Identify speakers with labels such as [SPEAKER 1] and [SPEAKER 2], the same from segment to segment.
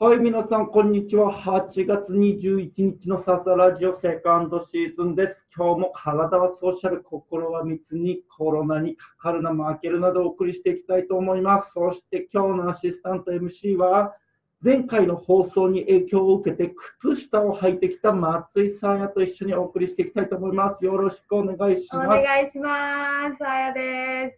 [SPEAKER 1] はい、皆さん、こんにちは。8月21日のササラジオセカンドシーズンです。今日も体はソーシャル、心は密に、コロナにかかるな、負けるなどお送りしていきたいと思います。そして今日のアシスタント MC は、前回の放送に影響を受けて、靴下を履いてきた松井さんやと一緒にお送りしていきたいと思います。よろしくお願いし
[SPEAKER 2] お
[SPEAKER 1] ます。
[SPEAKER 2] 願いします。あやで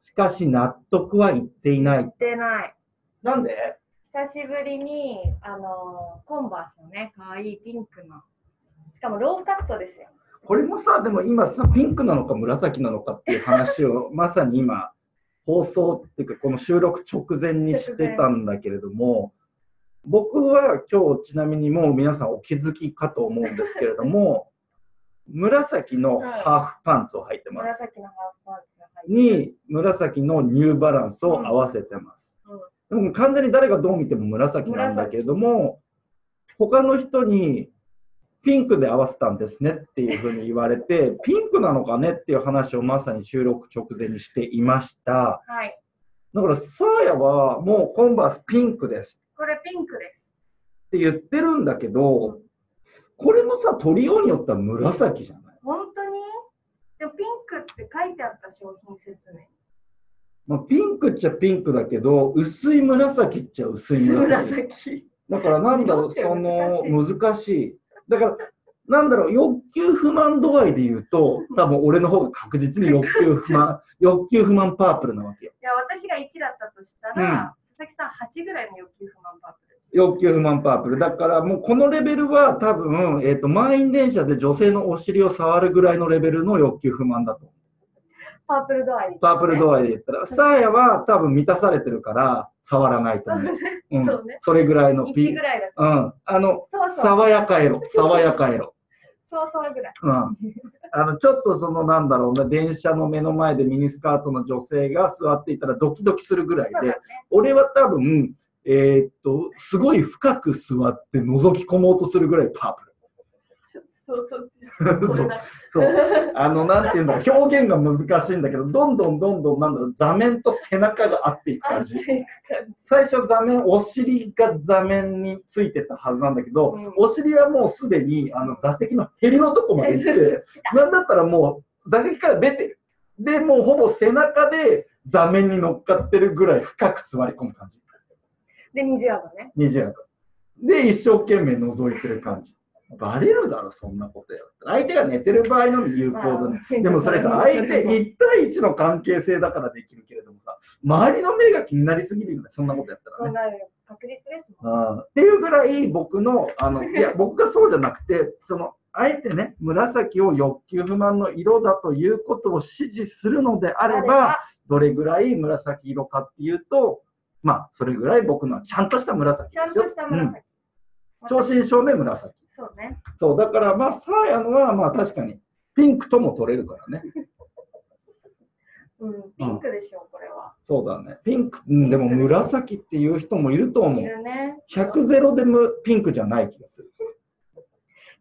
[SPEAKER 2] す。
[SPEAKER 1] しかし、納得はいっていない。
[SPEAKER 2] 出ない。
[SPEAKER 1] なんで
[SPEAKER 2] 久しぶりに、あのーコンバースのね、可愛いピンクの。しかもローカットですよ。
[SPEAKER 1] これもさでも今さピンクなのか紫なのかっていう話をまさに今放送っていうかこの収録直前にしてたんだけれども僕は今日ちなみにもう皆さんお気づきかと思うんですけれども紫のハーフパンツを履いてます、
[SPEAKER 2] 紫のハーフパンツが入って
[SPEAKER 1] に紫のニューバランスを合わせてます、でも完全に誰がどう見ても紫なんだけれども他の人にピンクで合わせたんですねっていうふうに言われてピンクなのかねっていう話をまさに収録直前にしていました
[SPEAKER 2] る。はい。
[SPEAKER 1] だからサーヤはもうコンバースピンクです
[SPEAKER 2] これピンクです。
[SPEAKER 1] って言ってるんだけどこれもさ取りようによったら紫じゃない、
[SPEAKER 2] 本当にでもピンクって書いてあった商品説明。
[SPEAKER 1] まあ、ピンクっちゃピンクだけど薄い紫っちゃ薄い紫
[SPEAKER 2] 紫。
[SPEAKER 1] だからなんだろう、
[SPEAKER 2] 色って
[SPEAKER 1] その
[SPEAKER 2] 難
[SPEAKER 1] 難しい。だから、なんだろう、欲求不満度合いで言うと、多分俺の方が確実に欲求不 満、欲求不満パープルなわけよ。
[SPEAKER 2] いや、私が1だったとしたら、佐々木さん8ぐらいの欲求不満パープルです。
[SPEAKER 1] 欲求不満パープル。だからもうこのレベルは多分、えっ、と、満員電車で女性のお尻を触るぐらいのレベルの欲求不満だと。
[SPEAKER 2] パープル度合い。
[SPEAKER 1] パープル度合いで言ったら、サーヤは多分満たされてるから、触らないと
[SPEAKER 2] そう
[SPEAKER 1] 思
[SPEAKER 2] ね
[SPEAKER 1] う。。うん。
[SPEAKER 2] そうね
[SPEAKER 1] それぐらいの
[SPEAKER 2] 1
[SPEAKER 1] ピ
[SPEAKER 2] ぐらいだっ
[SPEAKER 1] うん。あの、
[SPEAKER 2] た。そうそう。
[SPEAKER 1] 爽やかエロ。爽やかエロ。
[SPEAKER 2] そうそうぐらい。
[SPEAKER 1] うん、あのちょっとそのなんだろうな電車の目の前でミニスカートの女性が座っていたらドキドキするぐらい
[SPEAKER 2] そうだ
[SPEAKER 1] で
[SPEAKER 2] ね。
[SPEAKER 1] 俺は多分えーっとすごい深く座って覗き込もうとするぐらいパープル
[SPEAKER 2] ちょっと想像つ
[SPEAKER 1] そう
[SPEAKER 2] かない
[SPEAKER 1] そうあのなんていうんだろう表現が難しいんだけどどんどんどんどんなんだろう座面と背中が合っていく
[SPEAKER 2] 合
[SPEAKER 1] 感
[SPEAKER 2] っ
[SPEAKER 1] じ
[SPEAKER 2] ていく感じ。
[SPEAKER 1] 最初座面お尻が座面についてたはずなんだけど、
[SPEAKER 2] うん
[SPEAKER 1] お尻はもうすでにあの座席のへりのとこまで行って なんだったらもう座席から出てる。で、もうほぼ背中で座面に乗っかってるぐらい深く座り込む感じ。
[SPEAKER 2] で、20ヤードね。
[SPEAKER 1] 20ヤードで、一生懸命覗いてる感じ。バレるだろ、そんなことや。相手が寝てる場合のみ有効だね。
[SPEAKER 2] まあ
[SPEAKER 1] でも それさ、相手1対1の関係性だからできるけれどもさ、周りの目が気になりすぎるよね、そんなことやったら
[SPEAKER 2] そう
[SPEAKER 1] ね。
[SPEAKER 2] なるよ確実ですもん。
[SPEAKER 1] うんっていうぐらい僕のあ のいや僕がそうじゃなくてそのあえてね紫を欲求不満の色だということを支持するのであればどれぐらい紫色かっていうとまあそれぐらい僕のはちゃんとした紫
[SPEAKER 2] ちゃ
[SPEAKER 1] で
[SPEAKER 2] ん
[SPEAKER 1] すよ
[SPEAKER 2] とした
[SPEAKER 1] うん
[SPEAKER 2] 紫。
[SPEAKER 1] 正真正銘紫
[SPEAKER 2] そうね。
[SPEAKER 1] そうだからまあサーヤのはまあ確かにピンクとも取れるからね
[SPEAKER 2] うん、ピンクでしょう、これは。
[SPEAKER 1] そうだねピンク、うん、でも紫っていう人もいると思
[SPEAKER 2] いうるね。
[SPEAKER 1] 100ゼロでもピンクじゃない気がする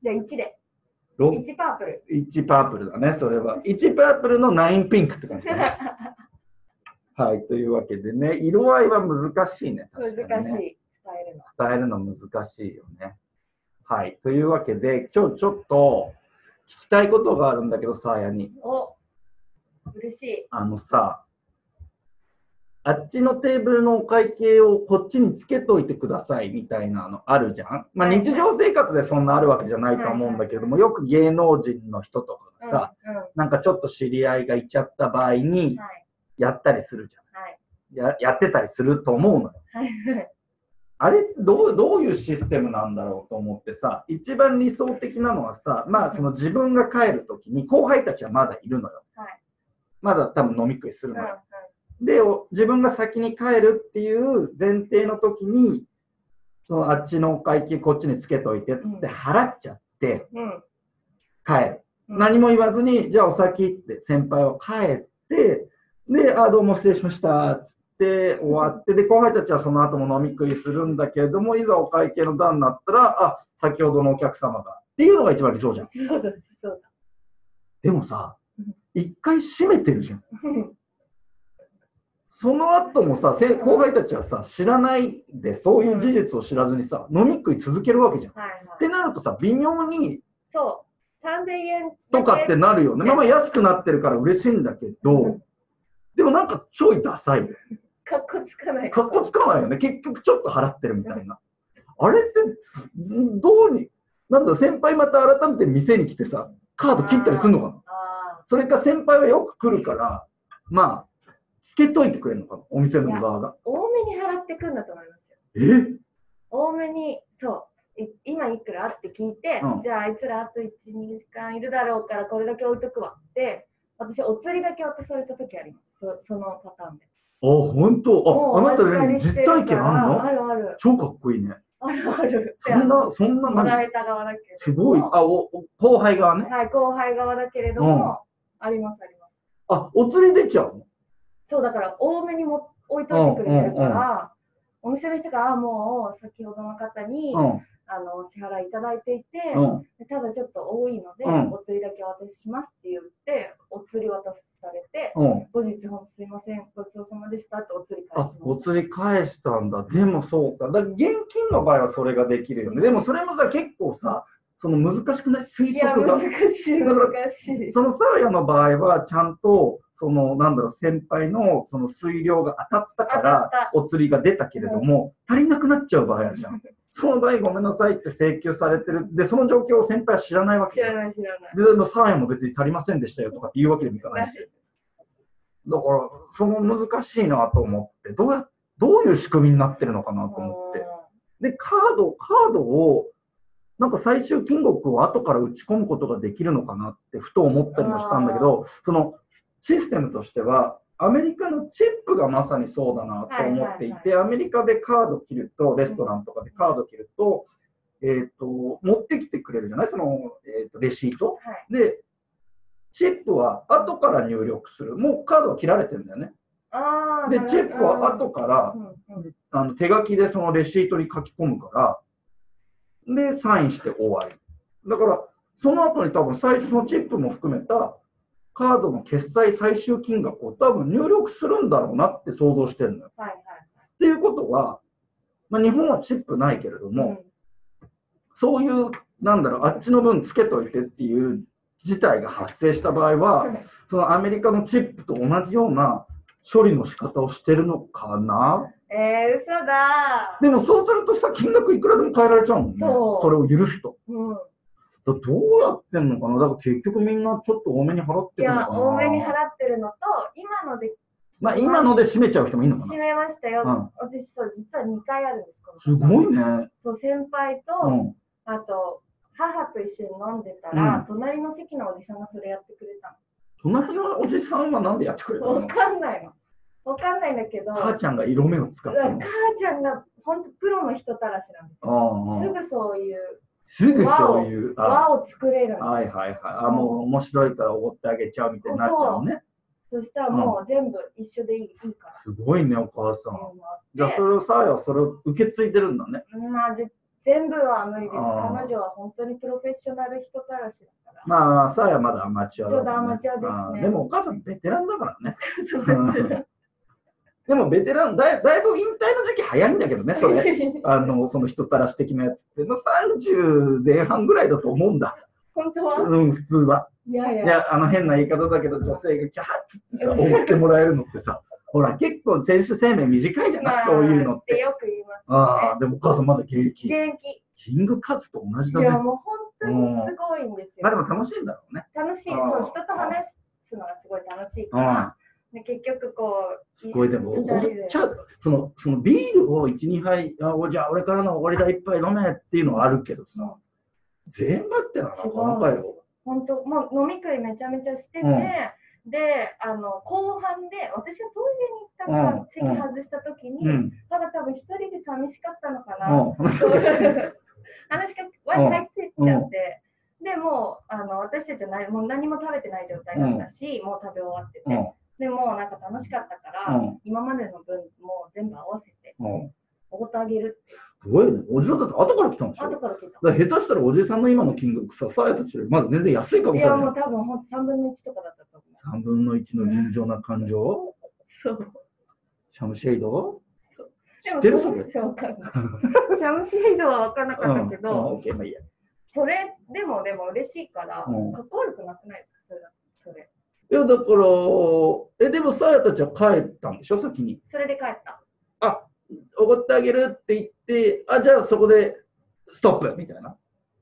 [SPEAKER 2] じゃあ1で。
[SPEAKER 1] ロ
[SPEAKER 2] 1パープル。
[SPEAKER 1] 1パープルだね、それは。1パープルの9ピンクって感じか な。はい、というわけでね、色合いは難しいね。
[SPEAKER 2] 難し
[SPEAKER 1] 確
[SPEAKER 2] い。伝
[SPEAKER 1] かにね
[SPEAKER 2] えるの。
[SPEAKER 1] 伝えるの難しいよね。はい、というわけで、今日ちょっと聞きたいことがあるんだけど、さあやに。
[SPEAKER 2] お嬉しい。
[SPEAKER 1] あのさ、あっちのテーブルのお会計をこっちにつけといてくださいみたいなのあるじゃん。まあ
[SPEAKER 2] はい
[SPEAKER 1] 日常生活でそんなあるわけじゃないと思うんだけれども、よく芸能人の人とかがさ、
[SPEAKER 2] うん、うん。は
[SPEAKER 1] なんかちょっと知り合いがいちゃった場合に
[SPEAKER 2] い。
[SPEAKER 1] やったりするじゃん。
[SPEAKER 2] はい。
[SPEAKER 1] ややってたりすると思うのよ。
[SPEAKER 2] はい。
[SPEAKER 1] あれどうどういうシステムなんだろうと思ってさ、一番理想的なのはさ、まあその自分が帰るときに後輩たちはまだいるのよ。
[SPEAKER 2] はい
[SPEAKER 1] まだ多分飲み食いす
[SPEAKER 2] う
[SPEAKER 1] る
[SPEAKER 2] ん
[SPEAKER 1] のよ。で、お自分が先に帰るっていう前提の時に、そのあっちのお会計こっちにつけといてっつって
[SPEAKER 2] うん
[SPEAKER 1] 払っちゃって
[SPEAKER 2] うん。うん。
[SPEAKER 1] 帰る。何も言わずに、じゃあお先って先輩は帰って、で、あ、どうも失礼しました、つって終わって、で、後輩たちはその後も飲み食いするんだけれども、いざお会計の段になったら、あ、先ほどのお客様が、っていうのが一番理想じゃん。
[SPEAKER 2] そうだ、そうだ。
[SPEAKER 1] でもさ
[SPEAKER 2] うん、
[SPEAKER 1] 一回閉めてるじゃん。
[SPEAKER 2] うん
[SPEAKER 1] その後もさ、せ後輩たちはさ、知らないで、そういう事実を知らずにさ、飲み食い続けるわけじゃん。っ
[SPEAKER 2] はいは
[SPEAKER 1] て
[SPEAKER 2] い。
[SPEAKER 1] なるとさ、微妙に
[SPEAKER 2] そう。3000円
[SPEAKER 1] とかってなるよね。
[SPEAKER 2] ね
[SPEAKER 1] まあまあ安くなってるから嬉しいんだけど、でもなんかちょいダサいよね。
[SPEAKER 2] かっこつかない。
[SPEAKER 1] かっこつかないよね。結局ちょっと払ってるみたいな。あれって、んどうに、なんだろう先輩また改めて店に来てさ、カード切ったりするのかな
[SPEAKER 2] あ
[SPEAKER 1] それか先輩はよく来るから、まあ、つけといてくれるのかなお店の側が
[SPEAKER 2] ー。多めに払ってくんだと思いますよ。
[SPEAKER 1] えうん。
[SPEAKER 2] 多めに、そう。い今いくらって聞いて、
[SPEAKER 1] うん
[SPEAKER 2] じゃああいつらあと1、2時間いるだろうからこれだけ置いとくわって、私、お釣りだけ渡された時あります。そそのパターンで。
[SPEAKER 1] あ、本当。あ、あなた
[SPEAKER 2] お預か
[SPEAKER 1] ね、
[SPEAKER 2] りし
[SPEAKER 1] 実
[SPEAKER 2] てるから
[SPEAKER 1] 体験あるの
[SPEAKER 2] あるある。
[SPEAKER 1] 超かっこいいね。
[SPEAKER 2] あるある。
[SPEAKER 1] そんな、そんな
[SPEAKER 2] もら
[SPEAKER 1] 何、
[SPEAKER 2] えた側だけれど
[SPEAKER 1] すごい。
[SPEAKER 2] も
[SPEAKER 1] あ、お、お後輩側ね。
[SPEAKER 2] はい、後輩側だけれども、ありますあります。
[SPEAKER 1] あ、お釣り出ちゃう
[SPEAKER 2] そう、だから多めにも置いといてくれてるから、お店の人が、あもう先ほどの方に、
[SPEAKER 1] の
[SPEAKER 2] あの支払いいただいていて、
[SPEAKER 1] うん。うん。
[SPEAKER 2] でただちょっと多いので、
[SPEAKER 1] うん
[SPEAKER 2] お釣りだけお渡ししますって言って、お釣り渡されて、
[SPEAKER 1] うん。
[SPEAKER 2] 後日、ほんとすいません、ごちそうさまでしたってお釣り返
[SPEAKER 1] あ
[SPEAKER 2] し、
[SPEAKER 1] お
[SPEAKER 2] まし
[SPEAKER 1] 釣り返したんだ。でもそうか。だから現金の場合はそれができるよね。でもそれもさ、結構さ、その難しくない
[SPEAKER 2] た。い
[SPEAKER 1] 推
[SPEAKER 2] や、
[SPEAKER 1] 測が
[SPEAKER 2] 難。しい、
[SPEAKER 1] だ
[SPEAKER 2] 難
[SPEAKER 1] から
[SPEAKER 2] しい。
[SPEAKER 1] そのサーヤの場合は、ちゃんと、その、なんだろう、先輩の、その水量が当たったか
[SPEAKER 2] 当たっ
[SPEAKER 1] ら、お釣りが出たけれども、足りなくなっちゃう場合あるじ ゃん。その場合、ごめんなさいって請求されてる。で、その状況を先輩は知らないわけ
[SPEAKER 2] 知
[SPEAKER 1] じゃ
[SPEAKER 2] ら
[SPEAKER 1] ん。
[SPEAKER 2] ない、知らない。
[SPEAKER 1] で、でもサーヤも別に足りませんでしたよとかって言うわけにもいかないし。だから、その難しいなと思って、どうや、どういう仕組みになってるのかなと思って。で、カード、カードを、なんか最終金額を後から打ち込むことができるのかなってふと思ったりもしたんだけど、そのシステムとしては、アメリカのチップがまさにそうだなと思っていて、アメリカでカード切ると、レストランとかでカード切ると、えっ、と、持ってきてくれるじゃないその、えっ、と、レシート。
[SPEAKER 2] はい。
[SPEAKER 1] で、チップは後から入力する。もうカードは切られてるんだよね。
[SPEAKER 2] あー
[SPEAKER 1] で
[SPEAKER 2] な、る
[SPEAKER 1] チップは後から
[SPEAKER 2] うんうんうん
[SPEAKER 1] あの手書きでそのレシートに書き込むから、で、サインして終わり。だから、その後に多分最初のチップも含めた、カードの決済最終金額を多分入力するんだろうなって想像してるのよ。
[SPEAKER 2] はいはい。
[SPEAKER 1] っていうことは、まあ、日本はチップないけれども、
[SPEAKER 2] うん
[SPEAKER 1] そういう、なんだろう、あっちの分つけといてっていう事態が発生した場合は、そのアメリカのチップと同じような処理の仕方をしてるのかな
[SPEAKER 2] えー、嘘だー
[SPEAKER 1] でもそうするとさ、金額いくらでも変えられちゃうもんね。
[SPEAKER 2] そう
[SPEAKER 1] れを許すと。
[SPEAKER 2] うん、
[SPEAKER 1] だどうやってんのかなだから結局みんなちょっと多めに払っ
[SPEAKER 2] い
[SPEAKER 1] てるのかな
[SPEAKER 2] や、多めに払ってるのと、今ので
[SPEAKER 1] まあ今ので締めちゃう人もいるのか
[SPEAKER 2] 閉めましたよ。
[SPEAKER 1] うん
[SPEAKER 2] 私、そう、実は2回あるんです、この
[SPEAKER 1] なすごいね。
[SPEAKER 2] そう、先輩と、
[SPEAKER 1] うん。
[SPEAKER 2] あと、母と一緒に飲んでたら、
[SPEAKER 1] うん
[SPEAKER 2] 隣の席のおじさんがそれやってくれた
[SPEAKER 1] 隣のおじさんはなんでやってくれた
[SPEAKER 2] の。わ
[SPEAKER 1] の
[SPEAKER 2] かんないの。わかんないんだけど、
[SPEAKER 1] 母ちゃんが色目を使ってる
[SPEAKER 2] 母ちゃんが本当プロの人たらしなんですよ。
[SPEAKER 1] の。う
[SPEAKER 2] す
[SPEAKER 1] んうん
[SPEAKER 2] ぐそういう
[SPEAKER 1] すぐそういう。あ
[SPEAKER 2] 輪を作れるの。
[SPEAKER 1] はいはいはい。あ、もう面白いからおごってあげちゃうみたいになっちゃうね。
[SPEAKER 2] そしたらもう全部一緒でいい,、いいから。
[SPEAKER 1] すごいね、お母さん。
[SPEAKER 2] っていうのがあって
[SPEAKER 1] じゃあそれをさあはそれを受け継いでるんだね。
[SPEAKER 2] まあ、ぜ全部は無理です。
[SPEAKER 1] あ
[SPEAKER 2] 彼
[SPEAKER 1] ー
[SPEAKER 2] 女は本当にプロフェッショナル人たらしだから。
[SPEAKER 1] まあ、さあはまだアマチュアだ、ね。
[SPEAKER 2] ちょうどアマチュアですね
[SPEAKER 1] あーでもお母さんベテランだからね。
[SPEAKER 2] そう
[SPEAKER 1] でもベテランだい、だいぶ引退の時期早いんだけど ね、それ。あの、その人たらし的なやつって、まあ、30前半ぐらいだと思うんだ。
[SPEAKER 2] 本当は
[SPEAKER 1] うん、普通は。
[SPEAKER 2] いやいや
[SPEAKER 1] いや、あの変な言い方だけど、女性がキャーッつってさ、思ってもらえるのってさ、ほら、結構選手生命短いじゃ
[SPEAKER 2] ま
[SPEAKER 1] な
[SPEAKER 2] あ
[SPEAKER 1] い、そういうのっ
[SPEAKER 2] って
[SPEAKER 1] て。
[SPEAKER 2] よく言います。
[SPEAKER 1] ああ、でもお母さんまだ現役。
[SPEAKER 2] 元気。
[SPEAKER 1] キングカズと同じだ
[SPEAKER 2] い
[SPEAKER 1] ね
[SPEAKER 2] や。もう本当にすごいんです
[SPEAKER 1] まあで
[SPEAKER 2] よ。
[SPEAKER 1] も楽しいんだろうね。
[SPEAKER 2] 楽しい。
[SPEAKER 1] あ
[SPEAKER 2] そ
[SPEAKER 1] ー
[SPEAKER 2] う人と話すのがすごい楽しいか
[SPEAKER 1] うん
[SPEAKER 2] ら。で結局こう。
[SPEAKER 1] すごいでも、お
[SPEAKER 2] 二
[SPEAKER 1] ごっ
[SPEAKER 2] 人
[SPEAKER 1] ちゃうその、そのビールを1、2杯、あおじゃあ俺からの終わりだ、一杯飲めっていうのはあるけどさ、全部ってのはなか
[SPEAKER 2] 違
[SPEAKER 1] な
[SPEAKER 2] う
[SPEAKER 1] か
[SPEAKER 2] んです
[SPEAKER 1] よ。
[SPEAKER 2] よ。本当もう飲み食いめちゃめちゃしてて、
[SPEAKER 1] うん
[SPEAKER 2] であの後半で私がトイレに行ったから、席外した時に、
[SPEAKER 1] うん。
[SPEAKER 2] ただ多分一人で寂しかったのかな。
[SPEAKER 1] うん。話しかけちゃう。
[SPEAKER 2] 話しかけ輪に入ってっちゃって、でもうあの私たちは何もう何も食べてない状態だったし、もう食べ終わってて、
[SPEAKER 1] うん。
[SPEAKER 2] でもうなんか楽しかったから、
[SPEAKER 1] うん
[SPEAKER 2] 今までの分もう全部合わせて
[SPEAKER 1] うん。
[SPEAKER 2] おごってあげる
[SPEAKER 1] すごいね。おじさんだって後から来たんでしょ
[SPEAKER 2] 後から聞いた
[SPEAKER 1] だから下手したらおじさんの今の金額さ、さやたちよりまだ全然安いかも
[SPEAKER 2] い
[SPEAKER 1] しれ
[SPEAKER 2] や
[SPEAKER 1] ない
[SPEAKER 2] もう。多分ほんと3分の1とかだったと思う
[SPEAKER 1] 3分の1の尋常な感情、
[SPEAKER 2] そう
[SPEAKER 1] シャムシェイド
[SPEAKER 2] で
[SPEAKER 1] 知
[SPEAKER 2] も
[SPEAKER 1] ってるそれ。
[SPEAKER 2] そうかなシャムシェイドは分からなかったけど、
[SPEAKER 1] うんうん、OK まあいいや
[SPEAKER 2] それでもでも嬉しいから、
[SPEAKER 1] うん
[SPEAKER 2] かっこ悪くなくないですかそれだそれ
[SPEAKER 1] いや、だから、え、でも、さやたちは帰ったんでしょ、先に。
[SPEAKER 2] それで帰った
[SPEAKER 1] あ、おごってあげるって言って、あ、じゃあそこで、ストップみたいな。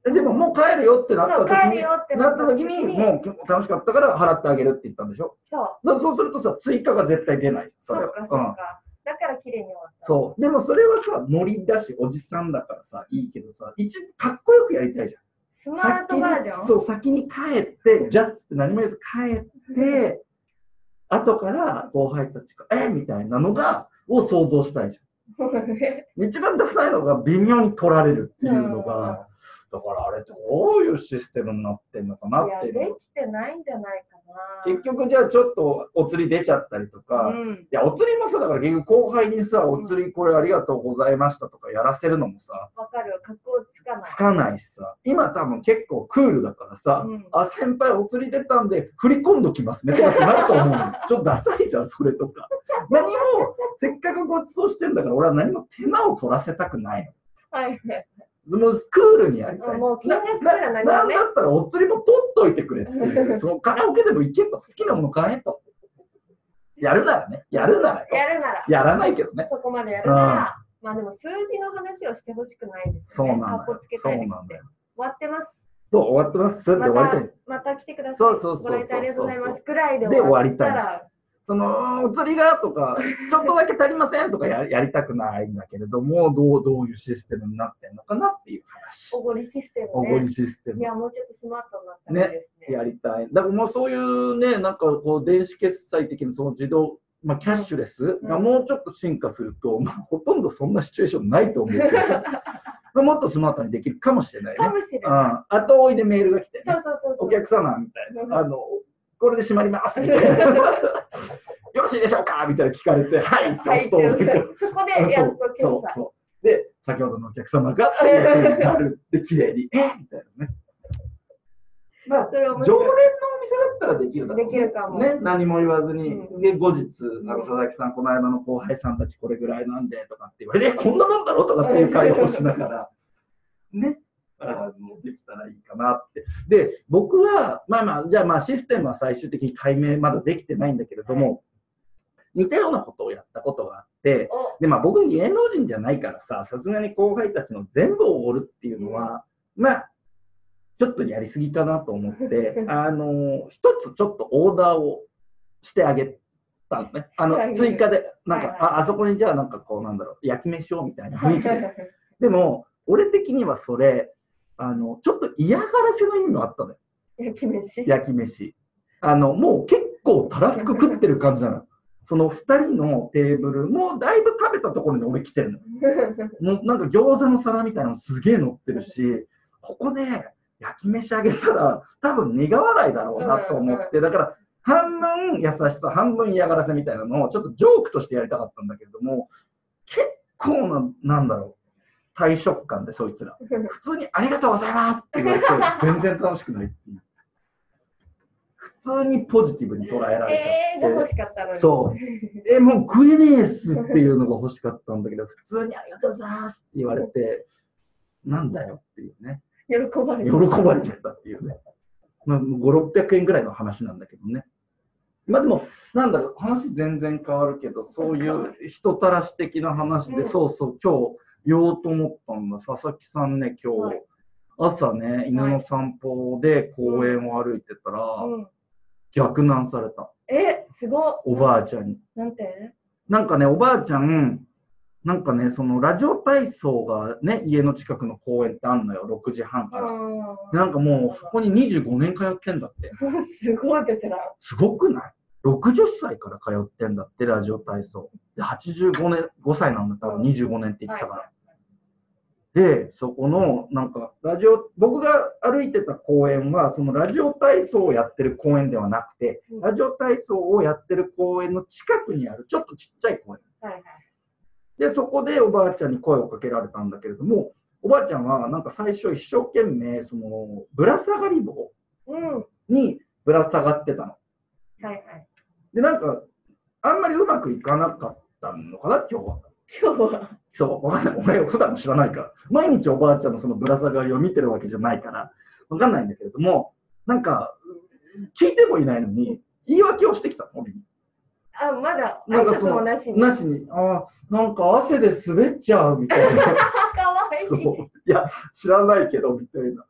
[SPEAKER 1] えでも、もう帰るよってなった
[SPEAKER 2] そう
[SPEAKER 1] 時
[SPEAKER 2] 帰る
[SPEAKER 1] に、
[SPEAKER 2] よって
[SPEAKER 1] なった時に、
[SPEAKER 2] う
[SPEAKER 1] もう楽しかったから払ってあげるって言ったんでしょ。
[SPEAKER 2] そう
[SPEAKER 1] だからそうするとさ、追加が絶対出ない。
[SPEAKER 2] そ
[SPEAKER 1] れは
[SPEAKER 2] うかそう
[SPEAKER 1] う
[SPEAKER 2] か、
[SPEAKER 1] ん
[SPEAKER 2] だから綺麗に終わった
[SPEAKER 1] そう。でもそれはさ、ノリだし、おじさんだからさ、いいけどさ、一応かっこよくやりたいじゃん。
[SPEAKER 2] スマートバージ
[SPEAKER 1] 先
[SPEAKER 2] ョン
[SPEAKER 1] にそう、先に帰って、ジャッツって何も言えず 帰って、後から後輩たちが、えみたいなのが、を想像したいじゃん。一番ダサいのが微妙に取られるっていうのが、だからあれどういうシステムになってんのかなっ
[SPEAKER 2] いや
[SPEAKER 1] て
[SPEAKER 2] で
[SPEAKER 1] いうの。
[SPEAKER 2] きてないんじゃないかな
[SPEAKER 1] 結局じゃあちょっとお釣り出ちゃったりとか、
[SPEAKER 2] うん
[SPEAKER 1] いや、お釣りもさ、だから結局後輩にさ、お釣りこれありがとうございましたとかやらせるのもさ、
[SPEAKER 2] わかる格好つかない
[SPEAKER 1] つかないしさ、今多分結構クールだからさ、
[SPEAKER 2] うん
[SPEAKER 1] あ、先輩お釣り出たんで振り込んどきますねとかってなると思う の。ちょっとダサいじゃん、それとか。何も、せっかくごちそうしてんだから俺は何も手間を取らせたくない
[SPEAKER 2] はいはい
[SPEAKER 1] の。もうクールにやりたい。
[SPEAKER 2] うんもう金額
[SPEAKER 1] な
[SPEAKER 2] すら
[SPEAKER 1] な
[SPEAKER 2] 何も
[SPEAKER 1] なん
[SPEAKER 2] ね
[SPEAKER 1] だったらお釣りも取っといてくれ っていう。そのカラオケでも行けと、好きなもの買えと。やるならね、やるならよ。
[SPEAKER 2] やるなら
[SPEAKER 1] やらないけどね。
[SPEAKER 2] そこまでやるなら、まあでも数字の話をしてほしくないです
[SPEAKER 1] そ
[SPEAKER 2] よ
[SPEAKER 1] う
[SPEAKER 2] ね
[SPEAKER 1] な
[SPEAKER 2] か
[SPEAKER 1] の
[SPEAKER 2] っ
[SPEAKER 1] よ
[SPEAKER 2] こつけ。
[SPEAKER 1] そ
[SPEAKER 2] た
[SPEAKER 1] う
[SPEAKER 2] いです
[SPEAKER 1] な
[SPEAKER 2] っ
[SPEAKER 1] の
[SPEAKER 2] て
[SPEAKER 1] よ。
[SPEAKER 2] 終わってます
[SPEAKER 1] そう、終わってます。それで
[SPEAKER 2] ま
[SPEAKER 1] 終わりたい
[SPEAKER 2] た。また来てください
[SPEAKER 1] そうそうそうそう
[SPEAKER 2] ご来店ありがとうございますくらいで
[SPEAKER 1] で終わりたい
[SPEAKER 2] 終わっ
[SPEAKER 1] その、お釣りがとか、ちょっとだけ足りませんとかややりたくないんだけれども、どう、どういうシステムになってんのかなっていう話
[SPEAKER 2] たら。おごりシステ
[SPEAKER 1] お
[SPEAKER 2] ム
[SPEAKER 1] ご
[SPEAKER 2] ね
[SPEAKER 1] りシステ
[SPEAKER 2] い
[SPEAKER 1] ム。
[SPEAKER 2] やもうちょっとスマートになったらいいですね
[SPEAKER 1] やりたい。だからもうそういうね、なんかこう、電子決済的なその自動、まあ、キャッシュレスが
[SPEAKER 2] うん
[SPEAKER 1] もうちょっと進化すると、まあ、ほとんどそんなシチュエーションないと思うけど、 まあもっとスマートにできるかもしれない
[SPEAKER 2] か
[SPEAKER 1] ね。
[SPEAKER 2] もしれ
[SPEAKER 1] う
[SPEAKER 2] ない、
[SPEAKER 1] ん。後追いでメールが来てね、
[SPEAKER 2] そうそうそうそう
[SPEAKER 1] お客様みたいな。あの、これで閉まり ますみたいな。よろしいでしょうかみたいな聞かれて、はいって押
[SPEAKER 2] はい
[SPEAKER 1] すと、
[SPEAKER 2] そこでやっと 決
[SPEAKER 1] そう
[SPEAKER 2] 済
[SPEAKER 1] そう。で、先ほどのお客様が、っていう風になるって、綺麗に、えみたいなね。まあ、
[SPEAKER 2] それ面
[SPEAKER 1] 常連のお
[SPEAKER 2] 白い
[SPEAKER 1] 店だったらできるだろうね
[SPEAKER 2] できるかも
[SPEAKER 1] ね、何も言わずに、
[SPEAKER 2] うん
[SPEAKER 1] で、後日、あ
[SPEAKER 2] うん
[SPEAKER 1] の佐々木さん、この間の後輩さんたちこれぐらいなんでとかって言われて、え こんなもんだろとかっていう会話をしなが ら、ね、あのできたらいいかなって。で、僕は、まあまあ、じゃあまあシステムは最終的に解明まだできてないんだけれども、似たようなことをやったことがあって、
[SPEAKER 2] お
[SPEAKER 1] で、まあ僕芸能人じゃないからさ、さすがに後輩たちの全部をおごるっていうのは、まあ、ちょっとやりすぎかなと思っ て、あの、一つちょっとオーダーをしてあげたんですね。あの
[SPEAKER 2] してあ、げる
[SPEAKER 1] 追加で、なんか、
[SPEAKER 2] はいはい
[SPEAKER 1] あ、あそこにじゃあなんかこうなんだろう、焼き飯をみたいな雰囲気で。でも、俺的にはそれ、あの、ちょっと嫌がらせの意味もあったのよ、
[SPEAKER 2] 焼き飯
[SPEAKER 1] 焼き飯。あの、もう結構たらふく食ってる感じなの。その二人のテーブル、もうだいぶ食べたところに俺来てるの。もうなんか餃子の皿みたいなのすげえ乗ってるし、ここで焼き飯あげたら多分苦笑いだろうなと思って、だから半分優しさ、半分嫌がらせみたいなのをちょっとジョークとしてやりたかったんだけれども、結構な、なんだろう、退職感でそいつ ら。普通にありがとうございますって言われて全然楽しくないっていう。普通にポジティブに捉えられちゃって。
[SPEAKER 2] えーが欲しかったのに
[SPEAKER 1] そう。え、もう食えねえっすっていうのが欲しかったんだけど、普通にありがとうございますって言われて、なんだよっていうね。
[SPEAKER 2] 喜ばれ
[SPEAKER 1] 喜
[SPEAKER 2] ちゃう
[SPEAKER 1] ばれちゃったっていうね。まあ、5、600円ぐらいの話なんだけどね。まあでも、なんだろう、話全然変わるけど、そういう人たらし的な話で、
[SPEAKER 2] うん
[SPEAKER 1] そうそう、今日言おうと思ったんだ。佐々木さんね、今日、
[SPEAKER 2] はい
[SPEAKER 1] 朝ね、犬の散歩で公園を歩いてたら、
[SPEAKER 2] うん
[SPEAKER 1] 逆ナンされた。
[SPEAKER 2] えすごっ
[SPEAKER 1] おばあちゃんに。
[SPEAKER 2] なんて
[SPEAKER 1] なんかね、おばあちゃん、なんかね、そのラジオ体操がね、家の近くの公園ってあんのよ、6時半から。
[SPEAKER 2] う
[SPEAKER 1] なんかもう、そこに25年通ってんだって。
[SPEAKER 2] ん すごいベテラン
[SPEAKER 1] すごくない ?60 歳から通ってんだって、ラジオ体操。で、85年、5歳なんだったら
[SPEAKER 2] うん
[SPEAKER 1] 25年って言っ
[SPEAKER 2] は
[SPEAKER 1] てた
[SPEAKER 2] い
[SPEAKER 1] から。で、そこの、なんか、ラジオ、僕が歩いてた公園は、そのラジオ体操をやってる公園ではなくて、
[SPEAKER 2] うん
[SPEAKER 1] ラジオ体操をやってる公園の近くにある、ちょっとちっちゃい公園。
[SPEAKER 2] はいはい
[SPEAKER 1] で、そこでおばあちゃんに声をかけられたんだけれども、おばあちゃんはなんか最初一生懸命、その、ぶら下がり棒
[SPEAKER 2] うんは
[SPEAKER 1] にぶら下がってたの。
[SPEAKER 2] いはい
[SPEAKER 1] で、なんか、あんまりうまくいかなかったのかな、今日は。
[SPEAKER 2] 今日は。
[SPEAKER 1] そう、わかんない。俺、普段知らないから。毎日おばあちゃんのそのぶら下がりを見てるわけじゃないから、わかんないんだけれども、なんか、聞いてもいないのに、言い訳をしてきたの、俺に。
[SPEAKER 2] あ、まだ
[SPEAKER 1] な
[SPEAKER 2] 挨
[SPEAKER 1] んかそ
[SPEAKER 2] 拶
[SPEAKER 1] の
[SPEAKER 2] もなしに。
[SPEAKER 1] なしに、あーなんか汗で滑っちゃうみたいな。
[SPEAKER 2] あ、かわいい。
[SPEAKER 1] そういや、知らないけど、みたいな。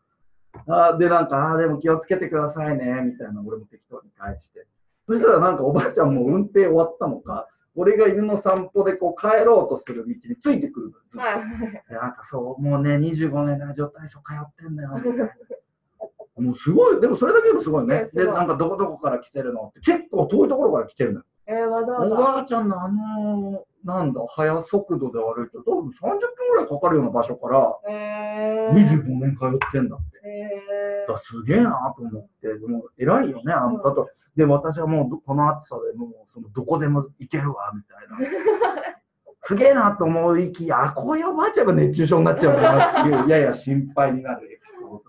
[SPEAKER 1] あーで、なんか、あーでも気をつけてくださいね、みたいな、俺も適当に返して。そしたら、なんかおばあちゃんも運転終わったのか、俺が犬の散歩でこう帰ろうとする道についてくるのよ、ずっと。
[SPEAKER 2] はい。
[SPEAKER 1] でなんかそう、もうね、25年ラジオ体操通ってんだよ、みたいな。もうすごい、でもそれだけでもすごいね
[SPEAKER 2] ね。すご
[SPEAKER 1] で、
[SPEAKER 2] い
[SPEAKER 1] なんかどこどこから来てるのって、結構遠いところから来てるのよ。
[SPEAKER 2] えー、わざ
[SPEAKER 1] お
[SPEAKER 2] わ
[SPEAKER 1] ばあちゃんのあの、なんだ、速速度で歩いて、多分30分ぐらいかかるような場所から、
[SPEAKER 2] ざ。えー。
[SPEAKER 1] 25年通ってんだって。
[SPEAKER 2] え
[SPEAKER 1] だすげえなと思って、でも偉いよね、あんたと。で、私はもうどこの暑さでもうそのどこでも行けるわ、みたいな。すげえなと思うきや、こういうおばあちゃんが熱中症になっちゃうかなっていう、やや心配になるエピソード。
[SPEAKER 2] ー。う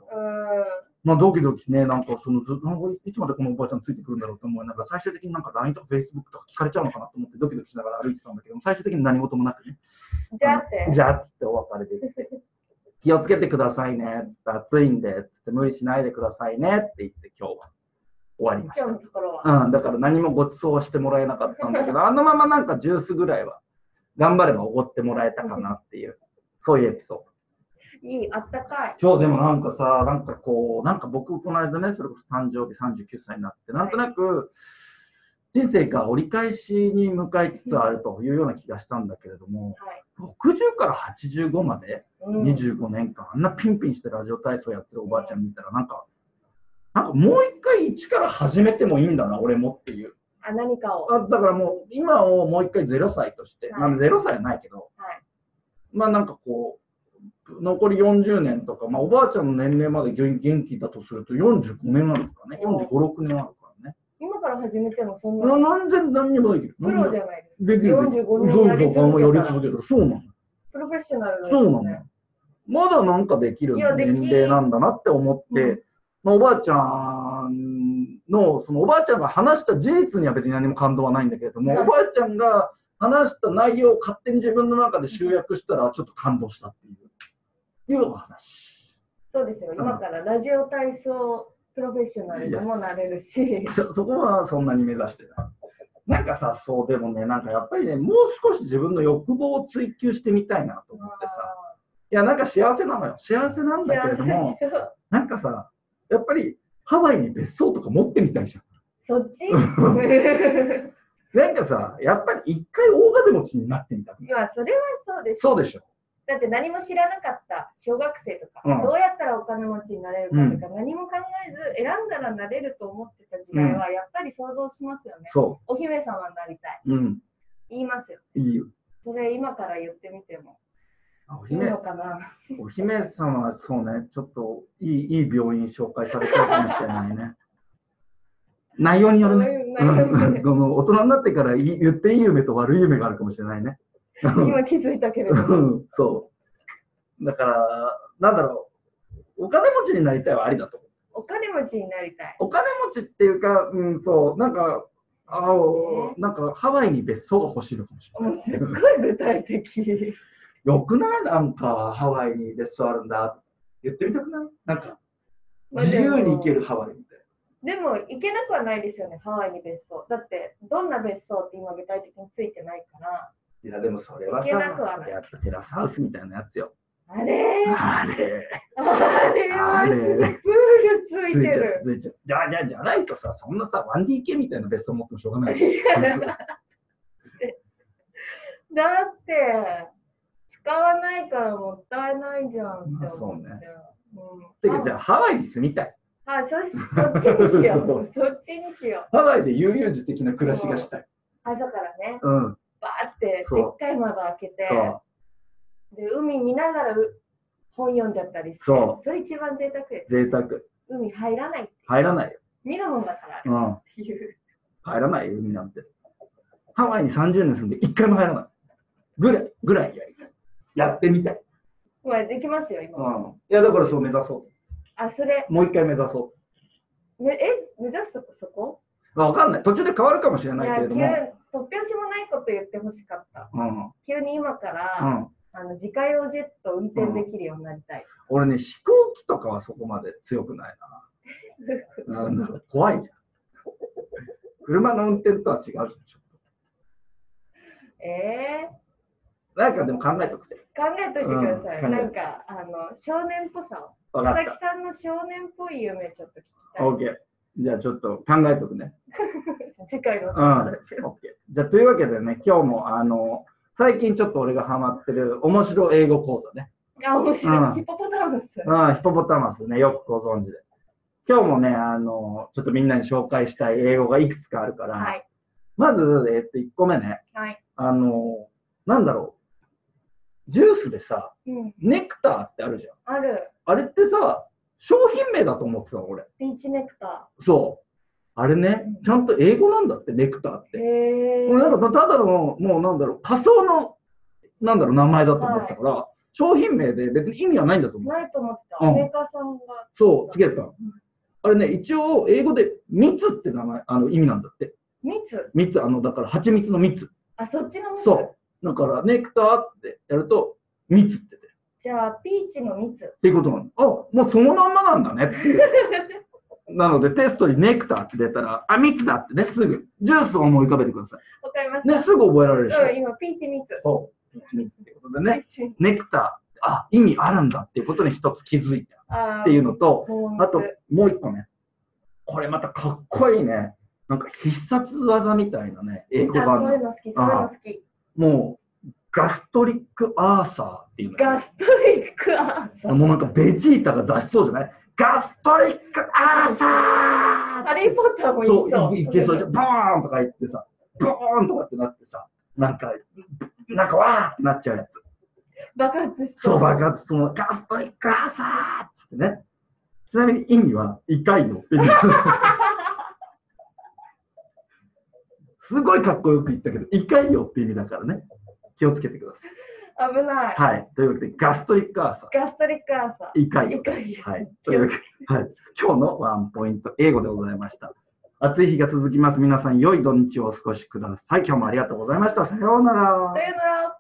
[SPEAKER 1] まあ、ドキドキね、なんかそのず、なんかいつまでこのおばあちゃんついてくるんだろうと思いながら、最終的になんか LINE とか Facebook とか聞かれちゃうのかなと思って、ドキドキしながら歩いてたんだけど、最終的に何事もなくね、
[SPEAKER 2] ん。じゃあって。
[SPEAKER 1] じゃあっつってお別れできて、 気をつけてくださいねっつって、暑いんでっつって、無理しないでくださいねって言って、今日は終わりまし
[SPEAKER 2] 今日のところは。
[SPEAKER 1] た。うん、だから何もご馳走はしてもらえなかったんだけど、あのままなんかジュースぐらいは頑張ればおごってもらえたかなっていう、 そういうエピソード。
[SPEAKER 2] いい、あったかい。
[SPEAKER 1] 今日でもなんかさ、なんかこう、なんか僕、この間ね、それこそ誕生日39歳になって、なんとなく人生が折り返しに向かいつつあるというような気がしたんだけれども、
[SPEAKER 2] はい。
[SPEAKER 1] 60から85まで
[SPEAKER 2] うん
[SPEAKER 1] 25年間、あんなピンピンしてラジオ体操やってるおばあちゃん見たら、なんか、なんかもう一回一から始めてもいいんだな、俺もっていう。
[SPEAKER 2] あ、何かを。
[SPEAKER 1] あだからもう、今をもう一回0歳として、
[SPEAKER 2] はい
[SPEAKER 1] まあ0歳はないけど、
[SPEAKER 2] はい
[SPEAKER 1] まあなんかこう、残り40年とか、まあ、おばあちゃんの年齢まで元元気だとすると45年あるからね、45、6年あるからね。
[SPEAKER 2] 今から始めてもそん
[SPEAKER 1] な
[SPEAKER 2] な
[SPEAKER 1] 何千何にもできる。
[SPEAKER 2] プロじゃないで
[SPEAKER 1] で
[SPEAKER 2] すか。
[SPEAKER 1] きる。できる
[SPEAKER 2] 45年
[SPEAKER 1] そう
[SPEAKER 2] やり続けた
[SPEAKER 1] そう、あんまやり続けたら。そうなの。
[SPEAKER 2] プロフェッショナルですね
[SPEAKER 1] そうなのよ。まだなんかできる
[SPEAKER 2] いやでき
[SPEAKER 1] 年齢なんだなって思って、
[SPEAKER 2] うん
[SPEAKER 1] まあ、おばあちゃんの、そのおばあちゃんが話した事実には別に何も感動はないんだけれども、
[SPEAKER 2] はい
[SPEAKER 1] おばあちゃんが話した内容を勝手に自分の中で集約したら、ちょっと感動したっていう、いうお話。
[SPEAKER 2] そうですよ。今からラジオ体操プロフェッショナルにもなれるし。
[SPEAKER 1] そそこはそんなに目指してない。なんかさ、そうでもね、なんかやっぱりね、もう少し自分の欲望を追求してみたいなと思ってさ、いや、なんか幸せなのよ。幸せなんだけれども、
[SPEAKER 2] 幸せだ
[SPEAKER 1] なんかさ、やっぱりハワイに別荘とか持ってみたいじゃん。
[SPEAKER 2] そ っちい
[SPEAKER 1] なんかさ、やっぱり一回大金持ちになってみたくない
[SPEAKER 2] や、それはそうです。
[SPEAKER 1] そうでしょ。
[SPEAKER 2] だって何も知らなかった小学生とか、
[SPEAKER 1] うん
[SPEAKER 2] どうやったらお金持ちになれるかとか、何も考えず選んだらなれると思ってた時代は、やっぱり想像しますよね。
[SPEAKER 1] そ
[SPEAKER 2] お姫様になりたい。
[SPEAKER 1] う。うん。
[SPEAKER 2] 言いますよ。
[SPEAKER 1] いいよ。
[SPEAKER 2] それ今から言ってみても
[SPEAKER 1] お
[SPEAKER 2] いい
[SPEAKER 1] 姫
[SPEAKER 2] のかな。
[SPEAKER 1] お姫様はそうね、ちょっといいいい病院紹介されちゃうかもしれないね。 内容による
[SPEAKER 2] そう
[SPEAKER 1] ね。
[SPEAKER 2] いう
[SPEAKER 1] う
[SPEAKER 2] 内容
[SPEAKER 1] ん
[SPEAKER 2] で
[SPEAKER 1] この大人になってからいい言っていい夢と悪い夢があるかもしれないね。
[SPEAKER 2] 今気づいたけれど
[SPEAKER 1] う
[SPEAKER 2] も。
[SPEAKER 1] んそう。だから、なんだろう。お金持ちになりたいはありだと思う。
[SPEAKER 2] お金持ちになりたい。
[SPEAKER 1] お金持ちっていうか、うん、そう、なんか、あお
[SPEAKER 2] ね
[SPEAKER 1] なんかハワイに別荘が欲しいのかもしれ
[SPEAKER 2] も
[SPEAKER 1] な
[SPEAKER 2] うすっ
[SPEAKER 1] い。
[SPEAKER 2] ごい具体的。
[SPEAKER 1] よくないなんか、ハワイに別荘あるんだと言ってみたくないなんか、
[SPEAKER 2] まあ
[SPEAKER 1] 自由に行ける。ハワイみたい
[SPEAKER 2] でもでも行けなくはないですよね、ハワイに別荘。だって、どんな別荘って今具体的についてないから。
[SPEAKER 1] な。いや、でもそれはさ、
[SPEAKER 2] 行けなくはない
[SPEAKER 1] やっぱテラスハウスみたいなやつよ。
[SPEAKER 2] あれー
[SPEAKER 1] あれ
[SPEAKER 2] あれ
[SPEAKER 1] あ
[SPEAKER 2] はす
[SPEAKER 1] れ
[SPEAKER 2] ごいプールつい
[SPEAKER 1] つ
[SPEAKER 2] て
[SPEAKER 1] いちゃう
[SPEAKER 2] る。、
[SPEAKER 1] ついちゃう。じゃあ、じゃあ、じゃないとさ、そんなさ、1DK みたいな別荘持ってもしょうがないじ
[SPEAKER 2] い
[SPEAKER 1] ゃ
[SPEAKER 2] や
[SPEAKER 1] ん。
[SPEAKER 2] だって、使わないからもったいないじゃんって思っちゃう。
[SPEAKER 1] て
[SPEAKER 2] うん
[SPEAKER 1] か、じゃあ、ハワイに住みたい。
[SPEAKER 2] あ、そしそっちにしよう。そっちにしよう。
[SPEAKER 1] ハワイで悠々自適な暮らしがしたい。
[SPEAKER 2] 朝からね、
[SPEAKER 1] うん、
[SPEAKER 2] バーって
[SPEAKER 1] そう
[SPEAKER 2] でっかい窓開けて、
[SPEAKER 1] そう。
[SPEAKER 2] で海見ながらう本読んじゃったりして、
[SPEAKER 1] そ
[SPEAKER 2] それ一番贅沢です。
[SPEAKER 1] 贅沢。
[SPEAKER 2] 海入らない。
[SPEAKER 1] 入らないよ。
[SPEAKER 2] 見るもんだから
[SPEAKER 1] うん。
[SPEAKER 2] っていう。
[SPEAKER 1] 入らないよ、海なんて。ハワイに30年住んで1回も入らない。ぐらい、ぐらいやりたい。やってみたい。
[SPEAKER 2] まあ、できますよ、今。
[SPEAKER 1] うん。いや、だからそう目指そ
[SPEAKER 2] あ、それ、
[SPEAKER 1] う。もう1回目指そ
[SPEAKER 2] ねえ、目指すとこそこ
[SPEAKER 1] う。まあ、わかんない。途中で変わるかもしれ
[SPEAKER 2] い
[SPEAKER 1] ない
[SPEAKER 2] や
[SPEAKER 1] けれ
[SPEAKER 2] 急
[SPEAKER 1] ど
[SPEAKER 2] 突
[SPEAKER 1] も。
[SPEAKER 2] 拍子もないこと言ってほしかった
[SPEAKER 1] うん。うん。
[SPEAKER 2] 急に今から、あの自家用ジェット運転できるようになりたい、
[SPEAKER 1] 俺ね、飛行機とかはそこまで強くないな。なんだろう、怖いじゃん。車の運転とは違うじゃん。ちょっ
[SPEAKER 2] えー、
[SPEAKER 1] となんかでも考えとくて。
[SPEAKER 2] 考えといてください、
[SPEAKER 1] うん
[SPEAKER 2] なんかあの少年っぽさを
[SPEAKER 1] わ
[SPEAKER 2] 佐
[SPEAKER 1] かっ
[SPEAKER 2] 々木さんの少年っぽい夢ちょっと聞き
[SPEAKER 1] た。オッケー。じゃあちょっと考えとくね。
[SPEAKER 2] たいです次回の
[SPEAKER 1] うん。オッケー。じゃあというわけでね、今日もあの、最近ちょっと俺がハマってる面白英語講座ね。
[SPEAKER 2] あ面白い、
[SPEAKER 1] うん
[SPEAKER 2] ヒッポポタムス
[SPEAKER 1] うん、ヒポポタマスね、よくご存知で。今日もね、あの、ちょっとみんなに紹介したい英語がいくつかあるから、
[SPEAKER 2] はい
[SPEAKER 1] まず、えっと、1個目ね、
[SPEAKER 2] はい、
[SPEAKER 1] あの、なんだろう、ジュースでさ、
[SPEAKER 2] うん、
[SPEAKER 1] ネクターってあるじゃん。
[SPEAKER 2] ある
[SPEAKER 1] あれってさ、商品名だと思ってたの、俺。
[SPEAKER 2] ピーチネクタ
[SPEAKER 1] そう。あれね、ちゃんと英語なんだって、ネクターっ
[SPEAKER 2] ー
[SPEAKER 1] て。
[SPEAKER 2] へえ
[SPEAKER 1] 俺なんか、ただの、もうなんだろう、仮想の、なんだろう、名前だと思ってたから、商品名で別に意味はないんだと思う。
[SPEAKER 2] ないと思ってた、
[SPEAKER 1] うん
[SPEAKER 2] メーカーさんが
[SPEAKER 1] そう、つけてたの。あれね、一応、英語で、蜜って名前、あの、意味なんだって。
[SPEAKER 2] 蜜
[SPEAKER 1] 蜜、あの、だから、蜂蜜の蜜。
[SPEAKER 2] あそっちの蜜
[SPEAKER 1] そう。だから、ネクターってやると、蜜って出る。
[SPEAKER 2] じゃあピーチの蜜
[SPEAKER 1] っていうことなの。あ、もうそのまんまなんだねっていう。なので、テストにネクターって出たら、あ、蜜だってね、すぐ。ジュースを思い浮かべてくださ
[SPEAKER 2] わかりまし
[SPEAKER 1] い。
[SPEAKER 2] た、
[SPEAKER 1] ね、すぐ覚えられるでし
[SPEAKER 2] うん今ピーチ蜜
[SPEAKER 1] ょ。そう。蜜ってことで
[SPEAKER 2] ピ
[SPEAKER 1] ね、
[SPEAKER 2] ーチ
[SPEAKER 1] ネクター、あ、意味あるんだっていうことに一つ気づいた
[SPEAKER 2] あ
[SPEAKER 1] っていうのと、
[SPEAKER 2] う
[SPEAKER 1] あともう一個ね、これまたかっこいいね、なんか必殺技みたいなね、英語があ
[SPEAKER 2] あ
[SPEAKER 1] る
[SPEAKER 2] そういうの好きそういうの好き
[SPEAKER 1] のもうガストリックアーサーっていうの
[SPEAKER 2] ガストリックアーサー
[SPEAKER 1] もうなんかベジータが出しそうじゃないガストリックアーサー
[SPEAKER 2] ハリー・ポッターもいい
[SPEAKER 1] そう
[SPEAKER 2] そう
[SPEAKER 1] いいけそうじゃん、ボーンとか言ってさ、ボーンとかってなってさ、なんか、なんかわーってなっちゃうやつ。
[SPEAKER 2] 爆発し
[SPEAKER 1] そ、
[SPEAKER 2] そうう
[SPEAKER 1] 爆発、そのガストリックアーサーっつってね。ちなみに意味は、異界のって意味 なんです。すごいかっこよく言ったけど、異界よって意味だからね。気をつけてください。
[SPEAKER 2] 危ない
[SPEAKER 1] はい。というわけで、ガストリックアーサ
[SPEAKER 2] ガストリックアーサ
[SPEAKER 1] ー、異界よ
[SPEAKER 2] ー。。回や
[SPEAKER 1] はい。というわけで、はい、今日のワンポイント、英語でございました。暑い日が続きます。皆さん、良い土日をお過ごしください。今日もありがとうございました。さようなら。
[SPEAKER 2] さよなら